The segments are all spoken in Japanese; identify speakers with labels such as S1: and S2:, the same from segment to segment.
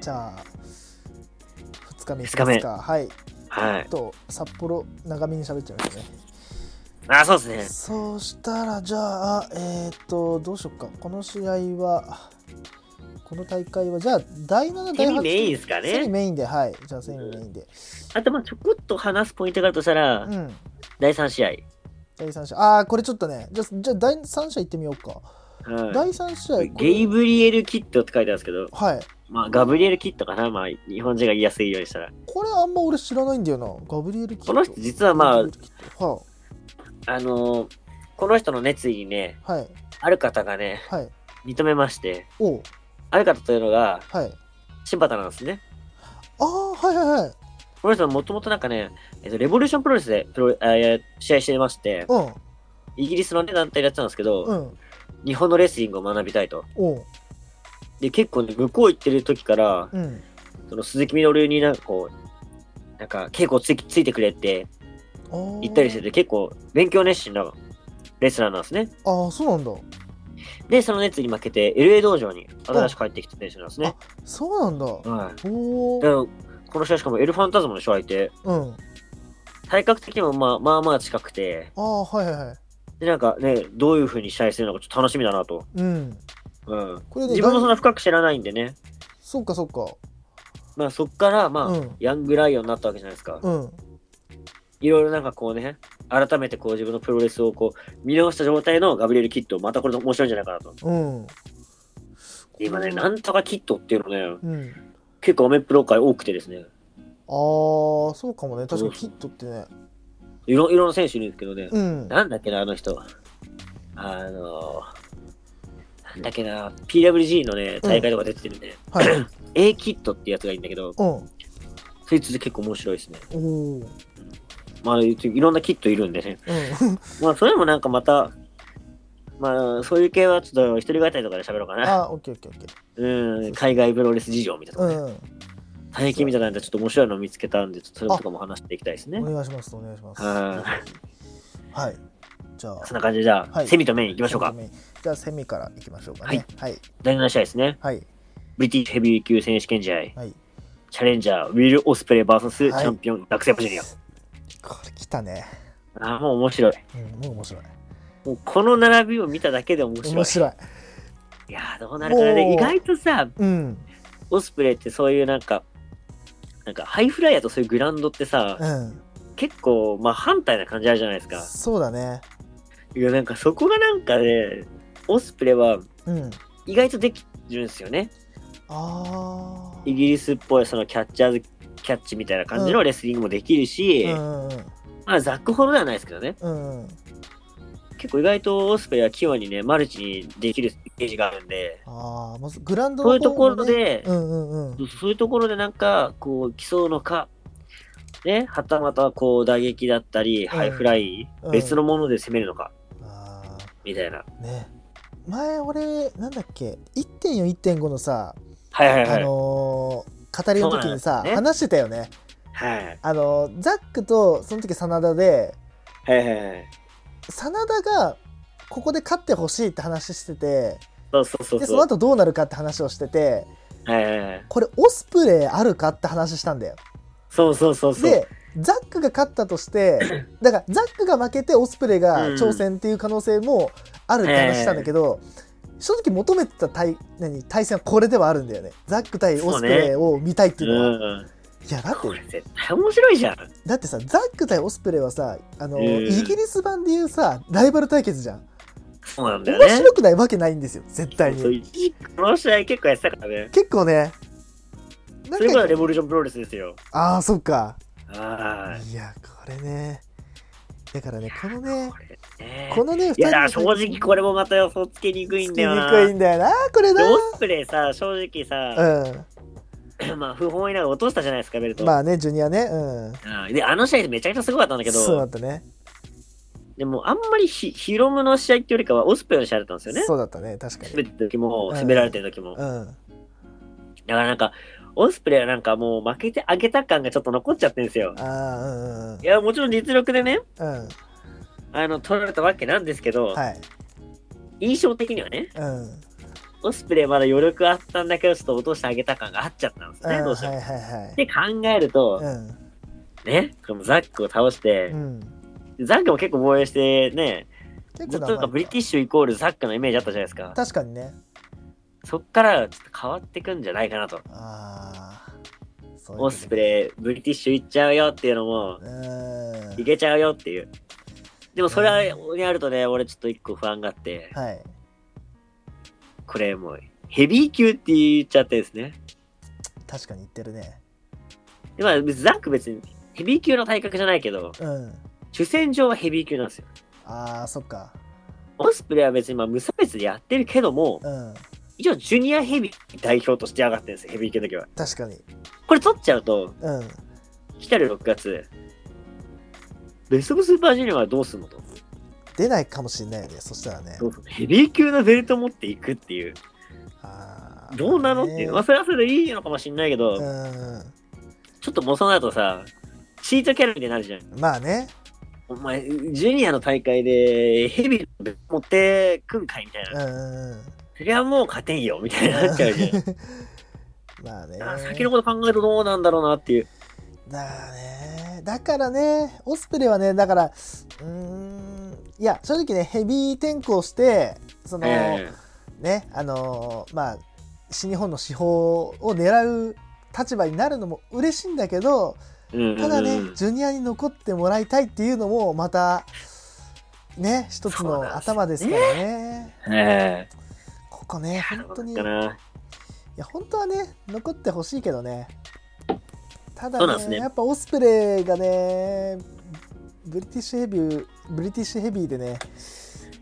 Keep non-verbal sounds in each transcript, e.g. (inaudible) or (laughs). S1: じゃあ、2日目いき
S2: 二
S1: ま
S2: 日
S1: す
S2: 目
S1: か。はい。ち
S2: は
S1: ょっ
S2: い。
S1: と、札幌、長めに喋っちゃいましたね。
S2: あ、そうですね。
S1: そうしたら、じゃあ、えーっ、と、どうしよっか。この試合は、この大会は、じゃあ、第7、第
S2: セ
S1: 8。
S2: ミメインですか
S1: セミ
S2: ね。
S1: メインで、はい。じゃあ、セミメインで。
S2: あと、まあちょこっと話すポイントがあるとしたら、
S1: うん。
S2: 第3試合。
S1: 第3試合。ああ、これちょっとね。じゃあ、じゃあ第3試合行ってみようか。
S2: は
S1: 第3試合
S2: い、、ゲイ
S1: ム。
S2: ブリエル・キットって書いてあるんですけど、
S1: はい。
S2: まあ、ガブリエル・キットかな、まあ、日本人が言いやすいようにしたら。
S1: これあんま俺知らないんだよな。ガブリエル・キット
S2: この人、実はま
S1: ガブリエルキット
S2: あ、あのーこの人の熱意にね、
S1: はい。はい。
S2: ある方がね、
S1: はい。
S2: 認めまして、
S1: おう。
S2: ある方というのが、
S1: はい。
S2: シンバタなんですね。
S1: ああ、はいはいはい。
S2: この人はもともとなんかね、えっと、レボリューションプロレスでプロ、えー試合してまして、イギリスの、ね、団体でやってたんですけど、
S1: うん。うん。
S2: 日本のレスリングを学びたいと。
S1: おう。
S2: で、結構ね、向こう行ってる時から、
S1: うん。
S2: その鈴木みのるになんかこう、なんか稽古ついついてくれって
S1: 行
S2: 言ったりしてて、結構勉強熱心なレスラーなんですね。
S1: ああ、そうなんだ。
S2: で、その熱に負けて、LA 道場に新しく帰ってきた選手なんですね。
S1: そうなんだ。
S2: はい。
S1: おお
S2: だ。から、この人はしかもエルファンタズムの人がいて、
S1: うん。
S2: 体格的にもまあまあまあ近くて、
S1: ああ、はいはいはい。で
S2: で、なんかね、どういう風に試合するのかちょっと楽しみだなと。
S1: うん。
S2: うん。
S1: これで
S2: 自分もそん
S1: だい
S2: な深く知らないんでね。
S1: そうかそうか。
S2: まあそっから、まあ、
S1: うん
S2: ヤングライオンになったわけじゃないですか。
S1: うん。
S2: いろいろなんかこうね、改めてこう自分のプロレスをこう見直した状態のガブリエル・キット、またこれ面白いんじゃないかなと。
S1: うん。
S2: で今ね、なんとかキットっていうのね、
S1: うん。
S2: 結構アメプロ界多くてですね、
S1: ああ、そうかもね。確かにキットってね。
S2: いろいろんな選手いるんですけどね、
S1: うん。
S2: なんだっけな、あの人。あのなんだっけな、PWG のね、大会とか出てるね、
S1: はい。
S2: A キットってやつがいいんだけど、
S1: うん。
S2: そいつ結構面白いですね。
S1: お
S2: (laughs)
S1: お。うん。
S2: まあ、いろんなキットいるんでね。まあ、それもなんかまた、まあ、そういう系はちょっと一人語りとかで喋ろうかな。
S1: あ、オッケーオッケーオッケ
S2: うん、海外プロレス事情みたいな、ね
S1: ー。うん。
S2: 最近みたいなんでちょっと面白いのを見つけたんで、ちょっとそれとかも話していきたいですね
S1: お。願いします、お願いします。
S2: は
S1: はい。じゃあ、
S2: そんな感じで、じゃあ、
S1: はい
S2: セミとメインいきましょうか。
S1: じゃあ、セミからいきましょうかね。はい。
S2: 第7試合ですね。
S1: はい。
S2: ブリティッシュヘビー級選手権試合、
S1: はい。
S2: チャレンジャー、ウィル・オスプレイ VS チ
S1: はい
S2: ャンピオン、ダックセプジュニア。
S1: これ来たね。
S2: あーもう面白い。
S1: うん、もう面白い。
S2: もうこの並びを見ただけで面白い。
S1: 面白い。
S2: いやー、どうなるかな
S1: もう
S2: で、意外とさ、
S1: うん。
S2: オスプレイってそういうなんか、なんかハイフライヤーとそういうグラウンドってさ、
S1: うん。
S2: 結構、まあ反対な感じあるじゃないですか。
S1: そうだね。
S2: いや、なんかそこがなんかね、オスプレイは
S1: うん。
S2: 意外とできるんですよね。
S1: ああ。
S2: イギリスっぽいそのキャッチャーズキャッチみたいな感じのレスリングもできるし、
S1: うんうん
S2: まあザックほどではないですけどね。
S1: うん。うん。
S2: 結構意外とオスプレイは器用にね、マルチにできるイメージがあるんで、
S1: ああ、まずグラウンド
S2: そういう
S1: の
S2: とこ
S1: 方
S2: ろ
S1: もね。
S2: で、
S1: うんうんうん
S2: そう。そういうところでなんか、こう、競うのか、ね、はたまたこう打撃だったり、ハイフライ、
S1: うん
S2: 別のもので攻めるのか、
S1: あ
S2: みたいな。
S1: あ、ね。前俺、なんだっけ、1.4、1.5のさ、
S2: はいはい
S1: あ
S2: はい。
S1: のー語りの時に
S2: そうな
S1: さ、
S2: んですね
S1: 話してたよね。
S2: はい
S1: あのーザックとその時真田で、
S2: はいはいはい。
S1: 真田がここで勝ってほしいって話してて、
S2: そうそうそう
S1: で、
S2: そ。
S1: そうの後どうなるかって話をしてて、
S2: はいはいはい。
S1: これオスプレイあるかって話したんだよ。
S2: そうそうそうそう。
S1: で、ザックが勝ったと
S2: (clears throat)
S1: して、だからザックが負けてオスプレイが挑戦っていう可能性もあるって話したんだけど、正直求めてた対何対戦はこれではあるんだよね。ザック対オスプレイを見たいっていうのは。
S2: うん。
S1: いや、だって
S2: これ絶対面白いじゃん。
S1: だってさザック対オスプレイはさあの、
S2: うん
S1: イギリス版でいうさライバル対決じゃん
S2: そうなんだよ
S1: 面
S2: ね。
S1: 白くないわけないんですよ絶対
S2: そう
S1: に
S2: 一時期この試合結構やってたからね。
S1: 結構ねな
S2: それ
S1: ん
S2: こそ
S1: か
S2: レボリューションプロレスですよ。
S1: ああそっか
S2: はい
S1: やこれねだからねこのね
S2: い。ね
S1: このね2
S2: い
S1: 人
S2: や、
S1: の
S2: だから正直これもまた予想つけにくいんだよな。
S1: つきにくいんだよなこれ
S2: で
S1: な
S2: オスプレイさ、正直さ、まあ不本意ながら落としたじゃないですか、ベル
S1: う
S2: ト。
S1: んまあねジュニアねうん
S2: うんで、あの試合でめちゃくちゃすごかったんだけ
S1: そうだ
S2: ど
S1: っ、たね
S2: でもあんまりひヒロムの試合っていうよりかはオスプレイの試合だったんですよね。
S1: そうだったね確か
S2: 滑
S1: に
S2: ってる時も、滑られてる時も。だ
S1: うん
S2: からなんか、オスプレイはなんかもう負けてあげた感がちょっと残っちゃってるんですよ。
S1: ああうんうん
S2: いや、もちろん実力でね、
S1: うんうん
S2: あの、取られたわけなんですけど、
S1: はい
S2: 印象的にはね、
S1: うん
S2: オスプレイまだ余力あったんだけど、ちょっと落としてあげた感があっちゃったんです
S1: う
S2: ね、
S1: ん
S2: どうしても。
S1: はいはいはい
S2: で考えると、
S1: うん
S2: ね、このザックを倒して
S1: う、ん
S2: ザックも結構防衛してね、
S1: 結
S2: ず
S1: 構
S2: っとなん
S1: 長
S2: か
S1: い
S2: ブリティッシュイコールザックのイメージあったじゃないですか。
S1: 確かにね
S2: そっからちょっと変わってくんじゃないかなと。
S1: ああそういう
S2: オスプレイ、ブリティッシュ行っちゃうよっていうのも、
S1: イうん
S2: いけちゃうよっていう。でもそれはやるとね、俺ちょっと一個不安があって、
S1: はい
S2: これもうヘビー級って言っちゃってですね。
S1: 確かに言ってるね
S2: でまあ、ザック別にヘビー級の体格じゃないけど、
S1: うん
S2: 主戦場はヘビー級なんですよ。
S1: あーそっか
S2: オスプレイは別にまあ無差別でやってるけども、
S1: うん
S2: 一応ジュニアヘビー代表として上がってるんですよ、ヘビー級の時は。
S1: 確かに
S2: これ取っちゃうと、
S1: うん
S2: 来たる6月、ベストオブスーパージュニアはどうすんのと。
S1: 出ないかもしれないよねそしたらね
S2: どうすんのヘビー級のベルト持っていくっていう、
S1: あー
S2: どうなのっていう。まあ、
S1: ね
S2: それはそれでいいのかもしれないけど、
S1: う
S2: ちょっともうそうなるとさ、チートキャラみたいになるじゃん。
S1: んまあね
S2: お前、ジュニアの大会でヘビーのベルト持ってくんかいみたいな。
S1: うんうんうん
S2: そりゃもう勝てんよ、みたいになっちゃうじ
S1: (laughs)
S2: ゃん。
S1: まあね
S2: あー先のこと考えるとどうなんだろうなっていう。
S1: だからねだからねオスプレイはねだからうーんいや正直ねヘビー転向してその、
S2: え
S1: ねあのーまあ新日本の司法を狙う立場になるのも嬉しいんだけど
S2: えうんうんうん
S1: ただね、ジュニアに残ってもらいたいっていうのもまたね一つ
S2: そう
S1: の
S2: なんですよね
S1: 頭ですからね
S2: え
S1: ここね
S2: え
S1: 本当にい
S2: どうなんかな
S1: や本当はね残ってほしいけどねた
S2: そうな
S1: だ
S2: んで
S1: ね
S2: すね
S1: やっぱオスプレイがねブリティッシュヘビーブリティッシュヘビーでね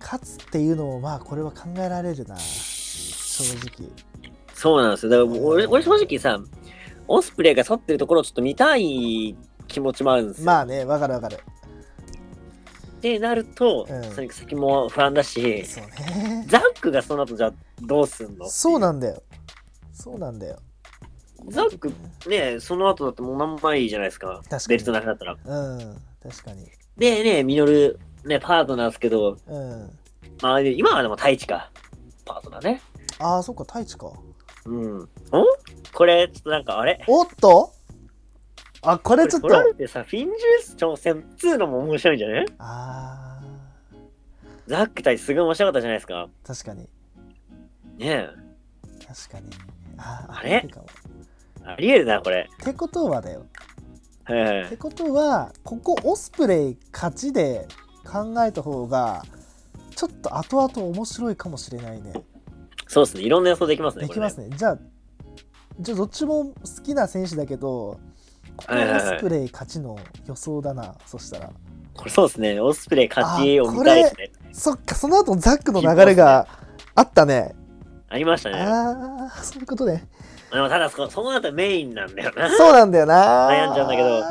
S1: 勝つっていうのもまあこれは考えられるな正直
S2: そうなんですよ。だからもう俺、俺正直さ、オスプレイが去ってるところをちょっと見たい気持ちもあるんですよ。
S1: まあねわかるわかる
S2: ってなると、
S1: うん
S2: それ先も不安だし、
S1: そうね
S2: ザックがその後じゃあどうすんの
S1: そう
S2: な
S1: なんだよそうなんだよ
S2: ザックねその後だってもう何枚いいじゃないですか。
S1: かに
S2: ベルトなくなったら。
S1: うん確かに
S2: でね、ミノル、ね、パートナーですけど、
S1: うん
S2: まあ今はでも太一か。パートナーね。
S1: ああそっか太一か
S2: うん。おこれ、ちょっとなんかあれ
S1: おっとあこれちょっ
S2: これ取ら
S1: と
S2: れてさ、フィンジュース挑戦っつうのも面白いんじゃね
S1: あ
S2: ザック対すごい面白かったじゃないですか。
S1: ー確かに
S2: ねえ。
S1: 確かにあー
S2: あれ
S1: るかも
S2: ありえるな、これ。
S1: ってことはだよ
S2: はいは
S1: っ
S2: い
S1: て。ことはここオスプレイ勝ちで考えた方がちょっと後々面白いかもしれないね
S2: そうですね。いろんな予想できますね。
S1: できます
S2: ね。
S1: ねじゃあじゃあどっちも好きな選手だけどここ
S2: はいはい
S1: オ
S2: はい
S1: スプレイ勝ちの予想だなそしたら
S2: これそうですね。オスプレイ勝ちを見たいですね。
S1: そっかその後のザックの流れがあったね
S2: ありましたね。
S1: ああそういうことね
S2: でもただそ、その後メインなんだよな。
S1: そうなんだよな
S2: 悩んじゃうんだけど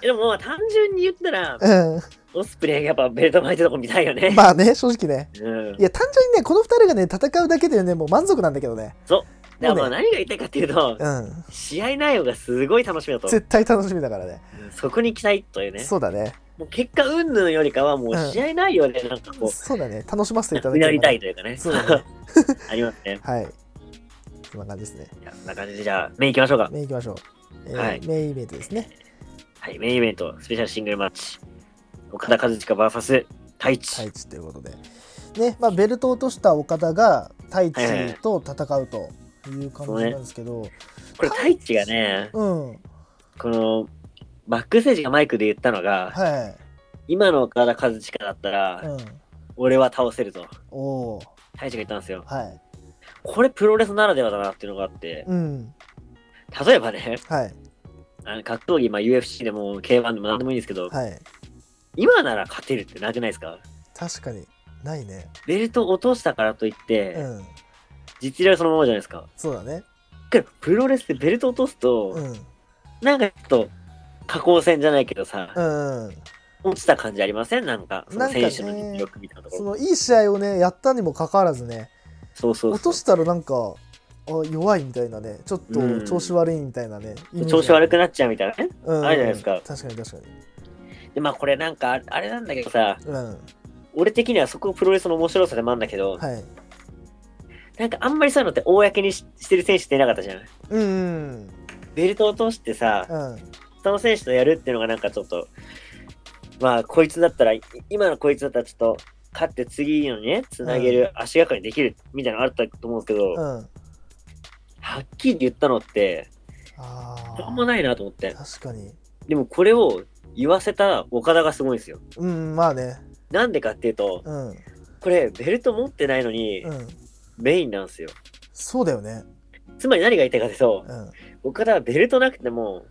S2: でも、まあ単純に言ったら、
S1: うん
S2: オスプレイがやっぱベルト巻いてるとこ見たいよね。
S1: まあね正直ね
S2: うん
S1: い。や単純にねこの2人がね戦うだけでねもう満足なんだけどね
S2: でもまあ何が言いたいかっていうと、
S1: うん
S2: 試合内容がすごい楽しみだと。
S1: 絶対楽しみだからね
S2: そこに期待というね。
S1: そうだね
S2: もう結果云々よりかは、もう試合内容でなんかこ
S1: そうだね楽しませていた
S2: う、
S1: だ
S2: 見
S1: け
S2: なり
S1: れば
S2: たい
S1: ね
S2: というかね。
S1: そうだね
S2: (laughs) ありますね。
S1: はいそんな感じですね
S2: いやそんな感じで、じゃあ、メイン行きましょうか。
S1: メインいきましょう、えー
S2: はい
S1: メインイベントですね
S2: はい、メインイベント、スペシャルシングルマッチ。岡田和親 VS 太一。
S1: 太一ということでねまあベルトを落とした岡田が太一と戦うという感じなんですけど、
S2: これ、太一がね、
S1: うんは
S2: この、バックステージがマイクで言ったのが、今の岡田和親だったら、
S1: いうん
S2: 俺は倒せると、
S1: おおー
S2: 太一が言ったんですよ。
S1: はい
S2: これ、プロレスならではだなっていうのがあって、
S1: うん
S2: 例えばね、
S1: はい
S2: あの格闘技、まあ、UFC でも K1 でも何でもいいんですけど、
S1: はい
S2: 今なら勝てるってなくないですか
S1: 確かにないね
S2: ベルト落としたからといって、
S1: うん
S2: 実力そのままじゃないですか。
S1: そうだね
S2: けど、プロレスってベルト落とすと、
S1: うんうん
S2: なんかちょっと、下降線じゃないけどさ、
S1: うん
S2: 落ちた感じありませんなんか、そ
S1: な
S2: の
S1: んかね
S2: 選手の実力みたいなとこ
S1: そ
S2: ろ。
S1: のいい試合をねやったにもかかわらずね
S2: そうそう
S1: 落
S2: そ
S1: と
S2: う。
S1: したらなんかあ弱いみたいなねちょっと調子悪いみたいなね、
S2: 調子悪
S1: く
S2: くなっちゃうみたいなね。
S1: うん
S2: あるじゃないですか
S1: 確かに確かに
S2: で、まあこれなんか、あれなんだけどさ、
S1: うん
S2: 俺的にはそこプロレスの面白さでもあるんだけど、
S1: はい
S2: なんかあんまりそういうのって公にししてる選手っていなかったじゃない
S1: うん
S2: ベルトを通してさ、
S1: うん
S2: 他の選手とやるっていうのがなんかちょっと、まあ、こいつだったら、い今のこいつだったらちょっと、勝って次のにね、つなげる足がかりできるみたいなのあったと思うんですけど、
S1: うんあ
S2: はっきり言ったのって、
S1: あ
S2: あんまないなと思って。
S1: 確かに
S2: でもこれを言わせた岡田がすごいんですよ。
S1: うんまあね
S2: なんでかっていうと、
S1: うんうん
S2: これベルト持ってないのにメインなんですよ。
S1: そうだよね
S2: つまり何が言いたいかってそう、
S1: うん
S2: 岡田はベルトなくても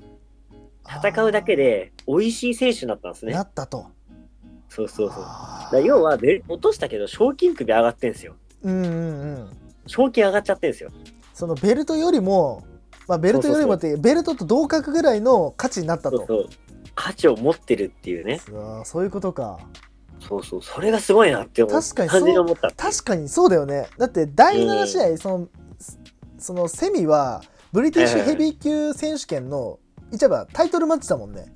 S2: 戦うだけで美味しい選手になったんです
S1: あー
S2: ね
S1: な。ったと
S2: そうそうそう。だか
S1: あー
S2: ら要はベルト落としたけど賞金首上がってんですよ。
S1: うんうんうん
S2: 賞金上がっちゃってんですよ。
S1: そのベルトよりも、まあ、ベルトよりもってベルトと同格ぐらいの価値になった
S2: そ
S1: と
S2: うそう。価値を持ってるっていうね。
S1: うわーそういうことか
S2: そうそう。それがすごいなって思う。
S1: 確かにそう
S2: 感じに思った。
S1: 確かにそうだよねだって第7試合、そのそのセミはブリティッシュヘビー級選手権の、言っちゃえばタイトルマッチだもんね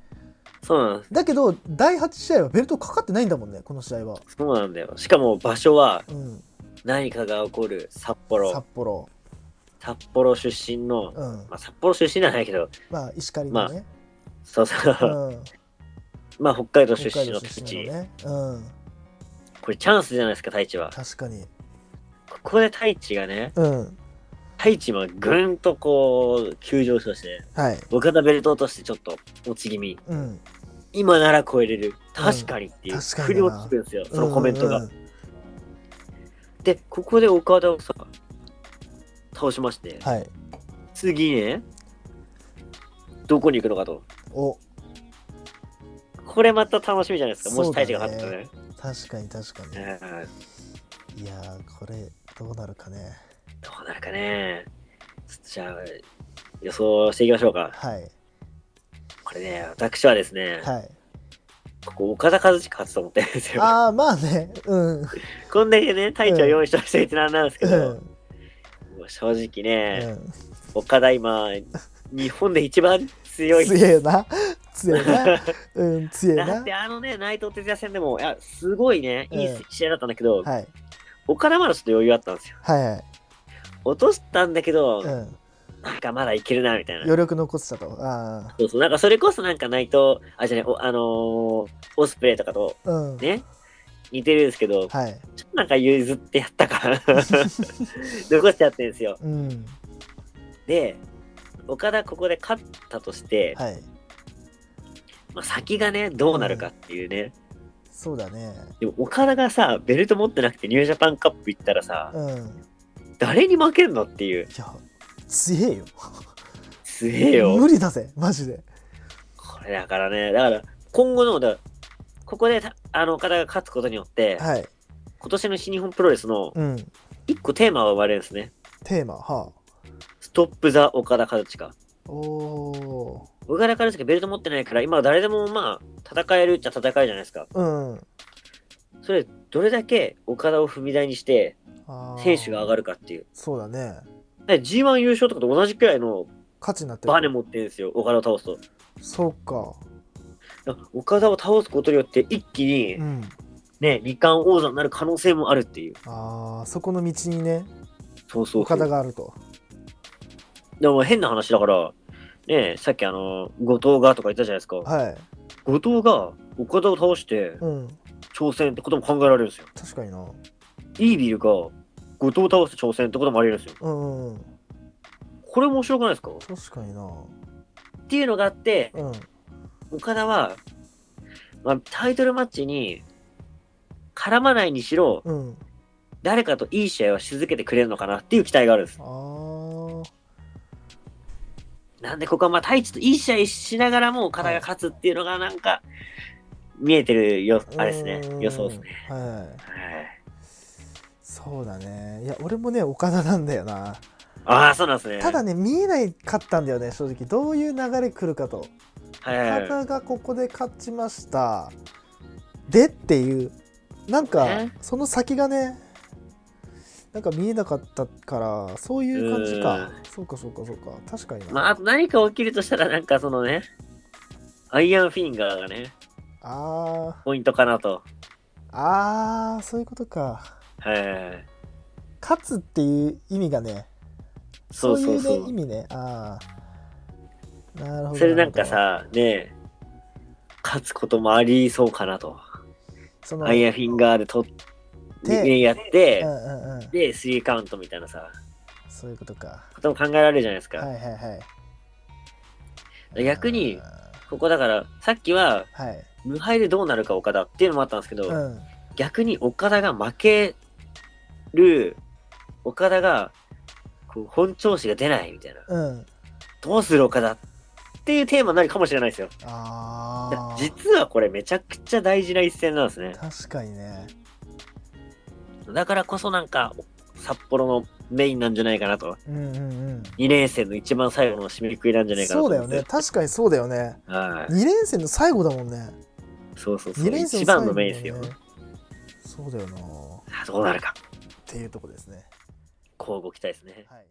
S2: そうなんです。
S1: だけど第8試合はベルトかかってないんだもんねこの試合は、
S2: そうなんだよ。しかも場所は
S1: うん、
S2: 何かが起こる札幌
S1: 札。幌、
S2: 札幌出身
S1: う
S2: の、
S1: ん
S2: まあ、札幌出身ではないけど、
S1: まあ、石狩のね、
S2: そうそう。
S1: うん、
S2: (laughs) まあ北海道出
S1: 北海
S2: 身の
S1: 道
S2: 土、
S1: 出身のね、うん、
S2: これチャンスじゃないですか太一は
S1: 確かに、
S2: ここで太一がね
S1: うん
S2: 太一もぐんとこう急上昇して
S1: はい
S2: 岡田ベルト落としてちょっと落ち気味
S1: うん、
S2: 今なら超えれる確かにっていう、
S1: 確かにな
S2: 振り落ちてくるんですよそのコメントが、
S1: うんうん
S2: でここで岡田をさ倒しまして、
S1: はい
S2: 次ねどこに行くのかと
S1: お
S2: これまた楽しみじゃないですかもし
S1: そうだね
S2: 太一が勝ったらね
S1: 確かに確かに、
S2: うん
S1: いやーこれどうなるかね
S2: どうなるかねちょっとじゃあ予想していきましょうか
S1: はい
S2: これね、私はですね、
S1: はい
S2: ここ岡田和親勝つと思ってるんですよ。
S1: ああまあねうんうん
S2: こんだけね、隊長用意してしていてなんなんですけ
S1: うん
S2: ど、もう正直ね、岡田今、日本で一番強い。
S1: 強えな強え
S2: (laughs)
S1: なうん強え
S2: だっ
S1: な
S2: てあのね、内藤哲也戦でも、いや、すごいね、いい
S1: うん
S2: 試合だったんだけど、
S1: はい
S2: 岡田まだちょっと余裕あったんですよ。
S1: はいはい、
S2: 落としたんだけど、
S1: うん、
S2: なんかまだいけるな、みたいな。
S1: 余力残ってたとあ
S2: そうそう、なんかそれこそなんか内藤、あ、じゃない、おあのーオスプレイとかと
S1: あうん
S2: ね、似てるんですけど、
S1: はい
S2: ちょっとなんか譲ってやっ
S1: (laughs)
S2: たから、残しちゃってるんですよ。
S1: うん
S2: で、岡田ここで勝ったとして、
S1: はい
S2: まあ、先がね、どうなるかっていうね。
S1: そうだね
S2: でも岡田がさ、ベルト持ってなくてニュージャパンカップ行ったらさ、
S1: うん
S2: 誰に負けんのっていう、
S1: いや強えよ
S2: すげえよ
S1: 無。理だぜマジで
S2: これだからね、だから今後の、だからここでたあの岡田が勝つことによって、
S1: はい
S2: 今年の新日本プロレスの
S1: うん
S2: 一個テーマが生まれるんですね。
S1: テーマは
S2: ストップ・ザ・岡田和親。
S1: あおー
S2: 岡田和親ベルト持ってないから、今は誰でもまあ、戦えるっちゃ戦えるじゃないですか。
S1: うん
S2: それどれだけ岡田を踏み台にして選手が上が
S1: る
S2: るかっていう
S1: そうだね
S2: だから G1 優勝とかと同じくらいの
S1: 価値になってる
S2: バネ持ってるんですよ岡田を倒す
S1: そうか
S2: とだから岡田を倒すことによって一気に
S1: うん
S2: ね、二冠王者になる可能性もあるっていう
S1: あーそこの道にね
S2: そうそうそ
S1: 岡
S2: う
S1: 田があると
S2: でも変な話だからねさっきあの後藤がとか言ったじゃないですか
S1: はい
S2: 後藤が岡田を倒して
S1: うん
S2: 挑戦ってことも考えられるんですよ
S1: 確かにな
S2: イービルが後藤を倒して挑戦ってこともあり得るんですよ
S1: うんうんうん
S2: これ面白くないですかっ
S1: 確かにな
S2: ていうのがあって
S1: うん
S2: 岡田は、まあ、タイトルマッチに絡まないにしろ、
S1: うん
S2: 誰かといい試合をし続けてくれるのかなっていう期待があるんです
S1: あ。ー
S2: なんでここはまあ、太一といい試合しながらも岡田が勝つっていうのがなんか、見えてるよ、あれですね
S1: う、ん
S2: 予想ですね。
S1: はい
S2: はい
S1: そうだねいや俺もね岡田なんだよな
S2: ああ、そうなんですね。
S1: ただね見えないかったんだよね正直どういう流れ来るかと
S2: はいはい
S1: 岡
S2: は
S1: 田
S2: い、
S1: がここで勝ちましたでっていうなんか
S2: ね
S1: その先がねなんか見えなかったからそういう感じかそうかそうかそうか確かにな、
S2: まあ、あと何か起きるとしたら、なんかそのね、アイアンフィンガーがね、
S1: あー
S2: ポイントかなと。
S1: あーそういうことか
S2: はいはいはい。
S1: 勝つっていう意味がね、
S2: そうそう
S1: そ
S2: そうう
S1: いう、ね、意味ね。ああ。なるほど。
S2: それなんか、さ、ねえ勝つこともありそうかなと。
S1: その、
S2: アイアンフィンガーで取って、
S1: で
S2: やっ
S1: う
S2: て
S1: ん、うんうん。
S2: で、スリーカウントみたいなさ、
S1: そういうことか。
S2: ことも考えられるじゃないです
S1: はい
S2: か。
S1: はいはい。
S2: 逆に
S1: あ
S2: ここだから、さっきは
S1: ーはい。
S2: 無敗でどうなるか岡田っていうのもあったんですけど、
S1: うん。
S2: 逆に岡田が負ける、岡田がこう本調子が出ないみたいな。
S1: うん。
S2: どうする岡田っていうテーマになるかもしれないですよ。
S1: ああ。
S2: 実はこれめちゃくちゃ大事な一戦なんですね。
S1: 確かにね。
S2: だからこそなんか、札幌のメインなんじゃないかなと。
S1: うんうんうん。
S2: 2年生の一番最後の締めくくりなんじゃないかなと
S1: そう
S2: 思
S1: だ
S2: っ
S1: よね。
S2: て。
S1: 確かにそうだよね。
S2: はい。
S1: 2連戦の最後だもんね。
S2: そうそうそ
S1: 2
S2: う。
S1: 連戦
S2: 一
S1: 最後
S2: 番
S1: だも
S2: の
S1: んね
S2: メインですよ。
S1: そうだよな。っ
S2: さあどうなるか。
S1: ていうとこですね。
S2: こうご期待ですね。
S1: はい。